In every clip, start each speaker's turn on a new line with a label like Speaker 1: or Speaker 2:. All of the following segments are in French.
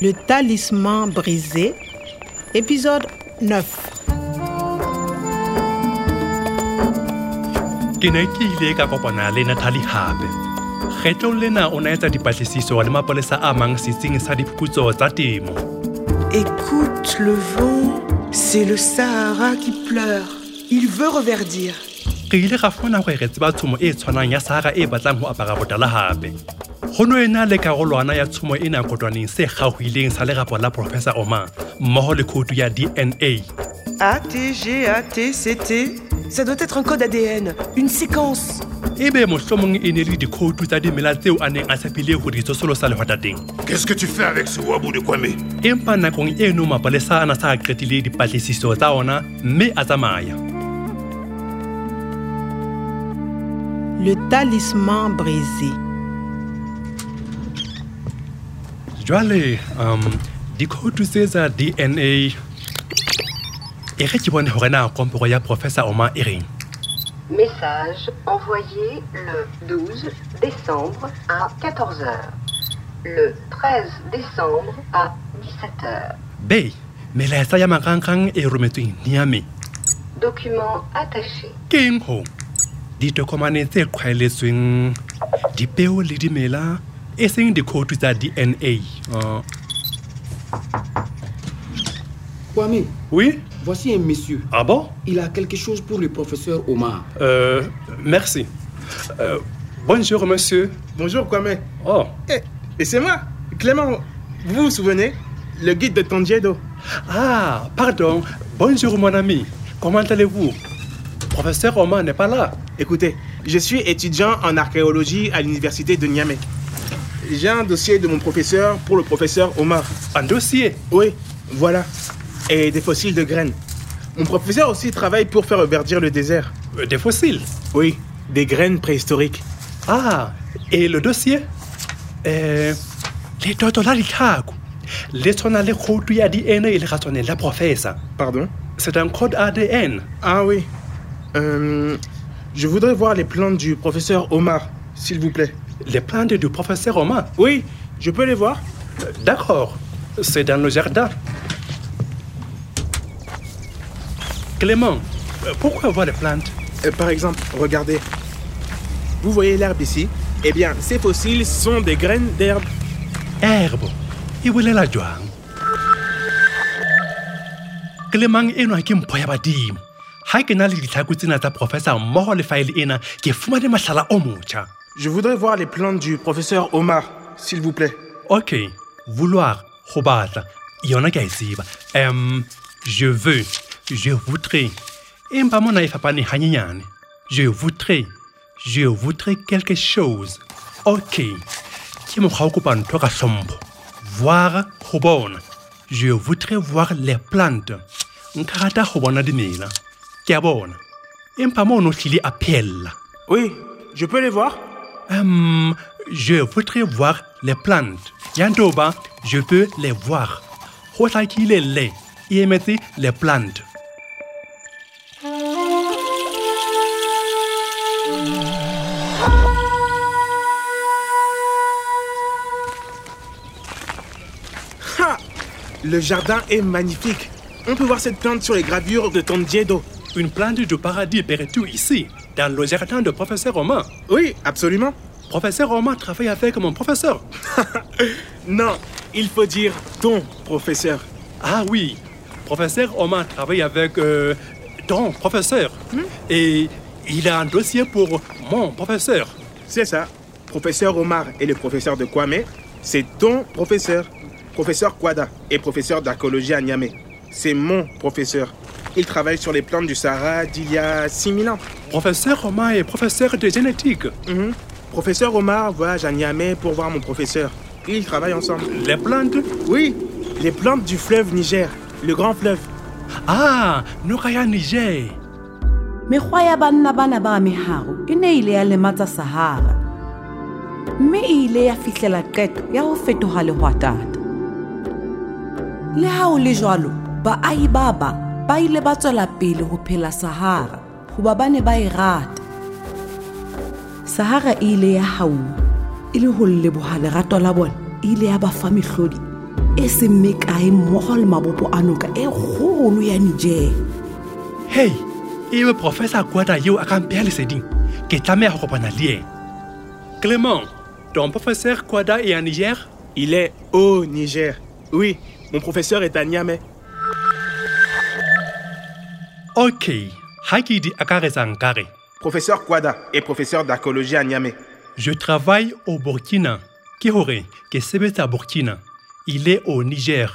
Speaker 1: Le talisman brisé, épisode 9.
Speaker 2: ke ne ke ile ka kopana le natalie gape kgetlong lena o ne etsa dipatlisiso le mapolesa a mang setsing sa diphuputso tsa temo
Speaker 3: Écoute le vent, c'est le Sahara qui pleure. Il veut reverdir.
Speaker 2: re ile ga fumana go re tseba tshomo e tshwanang ya sahara e batlang ho apara botala gape go no e na le karolwana ya tshomo e nang kotwaneng se gagoileng sa lerapo la professor oman mmoho le khoutu ya dna
Speaker 3: A, T, G, A, T, C, T. Ça doit être un code ADN, une séquence.
Speaker 2: ebe mohlomong e ne le dikhoutu tsa dimela tseo a neng a tshepile go di tsosolosa lehwata teng
Speaker 4: Qu'est-ce que tu fais avec ce wabou de Kwame
Speaker 2: empa nakong eno mapolesa a na sa qetile dipatlisiso tsa ona mme a tsamaya
Speaker 1: Le talisman brisé.
Speaker 2: jwale um dikhoutu tse tsa dna e ge ke bone gore na komporo ya professor oma e reng
Speaker 5: Message envoyé le 12 décembre à 14h. Le 13 décembre à 17h.
Speaker 2: be melaetsa ya marangrang e rometsweng niame
Speaker 5: Document attaché.
Speaker 2: ke eng ho ditokomane tse kgwaeletsweng dipeo le dimela e seng dikhoutu tsa dna uh,
Speaker 6: Kwame,
Speaker 2: oui
Speaker 6: voici un monsieur.
Speaker 2: ah bon
Speaker 6: Il a quelque chose pour le professeur Omar.
Speaker 2: euh, merci euh, bonjour monsieur
Speaker 7: Bonjour Kwame.
Speaker 2: oh
Speaker 7: Eh, et c'est moi, Clément. Vous vous souvenez Le guide de Tondjedo.
Speaker 2: Ah, pardon. Bonjour mon ami. Comment allez-vous Professeur Romain n'est pas là.
Speaker 7: Écoutez, je suis étudiant en archéologie à l'université de Niamey. J'ai un dossier de mon professeur pour le professeur Omar.
Speaker 2: Un dossier.
Speaker 7: Oui, voilà. Et des fossiles de graines. Mon professeur aussi travaille pour faire verdir le désert.
Speaker 2: euh, Des fossiles.
Speaker 7: Oui, des graines préhistoriques.
Speaker 2: Ah, et le dossier Euh, Les totolaricago. Les sona le khoutu ya DNA le ga tsone la professeur.
Speaker 7: Pardon
Speaker 2: C'est un code ADN.
Speaker 7: Ah oui. Euh, je voudrais voir les plantes du professeur Omar, s'il vous plaît.
Speaker 2: Les plantes du professeur Romain.
Speaker 7: Oui, je peux les voir
Speaker 2: Euh, D'accord. C'est dans le jardin. Clément, euh, pourquoi voir les plantes
Speaker 7: Euh, par exemple, regardez. Vous voyez l'herbe ici Eh bien, ces fossiles sont des graines d'herbe.
Speaker 2: herbo e bolela jwang kelemang enwa ke mpho ya badimo ga ke na le ditlhako tsena tsa professor mmogo le faele ena ke fumane matlhala o motjha
Speaker 7: Je voudrais voir les plantes du professeur Omar, s'il vous plaît.
Speaker 2: okay vouloir go batla yona ke a e tseba um je veux je voudrais empa mona e fapane ganyenyane je voudrais je voudrais quelque chose okay ke mokgwa o kopa ntho ka hlompho voir go bona je voudrais voir les plantes nka rata go bona dimela ke a bona empa mo o ne o tlile a pheella
Speaker 7: Oui, je peux les voir
Speaker 2: Hum, je voudrais voir les plantes. Yandoba, je peux les voir. Hotakile le, yemete les plantes.
Speaker 7: Ha Le jardin est magnifique. On peut voir cette plante sur les gravures de Tondiedo.
Speaker 2: Une plante du paradis tout ici, dans le jardin de professeur Roman.
Speaker 7: Oui, absolument.
Speaker 2: Professeur Roman travaille avec mon professeur.
Speaker 7: Non, il faut dire ton professeur.
Speaker 2: Ah oui, professeur Roman travaille avec euh, ton professeur. Et il a un dossier pour mon professeur.
Speaker 7: C'est ça. Professeur Omar et le professeur de Kwame, c'est ton professeur. Professeur Kwada est professeur d'archéologie à Niamey. C'est mon professeur. Il travaille sur les plantes du Sahara d'il y a 6000 ans.
Speaker 2: Professeur Roman est professeur de génétique.
Speaker 7: Mhm. Professeur Omar voyage à Niamey pour voir mon professeur. Ils travaillent ensemble.
Speaker 2: Les plantes
Speaker 7: Oui, les plantes du fleuve Niger, le grand fleuve.
Speaker 2: Ah, Nokaya Niger.
Speaker 8: mekgwa ya banna bana ba meharo e ne ile ya lematsa sahara mme e ile ya fihlela qeto ya ho fetoha lehwatata le ha ho le jwalo baahi ba ba ba ile ba tswela pele ho phela sahara hoba ba ne ba e rata sahara e ile ya hauwa e le ho leboha lerato la bona e ile ya ba fa mehlodi e seng mekae mmogo le mabopo a noka e kgolo ya niger
Speaker 2: hei ebe professor kwata yeo a ka mpeya leseding ke tlameya go kopana le ena clement ton professeur kwada e ya niger
Speaker 7: Il est au Niger. Oui, mon professeur est à Niamey.
Speaker 2: okay ga ke di akaretsang kare
Speaker 7: Professeur Kwada est professeur d'archéologie à Niamey.
Speaker 2: je travaille au burkina ke gore ke sebetsa burkina il est au niger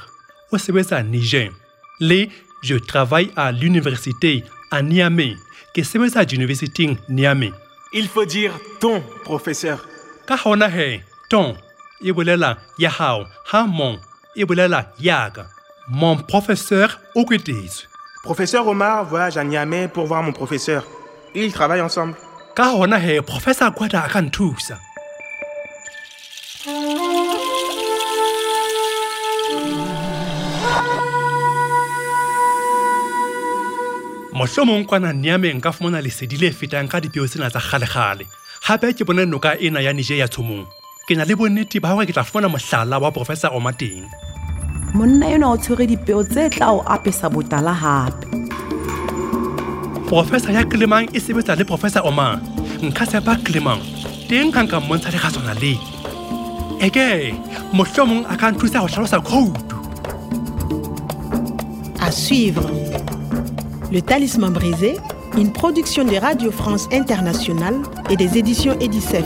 Speaker 2: o sebetsa niger le je travaille à l'université à niamey ke sebetsa universiteng niamey
Speaker 7: Il faut dire ton professeur.
Speaker 2: ka gona he ton e bolela ya hao ha mon e bolela yaka mon professeur o kwetetswe
Speaker 7: Professeur Omar voyage à Niamey pour voir mon professeur. Ils travaillent ensemble.
Speaker 2: ka gona he professor kwata a ka nthusa mohlomong kwana neameng ka fumana lesedi le fetang ka dipeo tsena tsa kgalekgale gape ke bone noka ena ya nije ya tshomong ke na le bonnete ba gore ke tla fumana mohlala wa professor omateng
Speaker 8: monna enwa o tshwere dipeo tse tla o apesa botala gape
Speaker 2: professor ya clemang e sebetsa le professor omang nka tshepa clemang teng ka nka mmontsha le ga tsona le eke mohlomong a ka nthusa go tlhalosa khoutu
Speaker 1: À suivre. Le Talisman brisé, une production de Radio France Internationale et des éditions Edicef.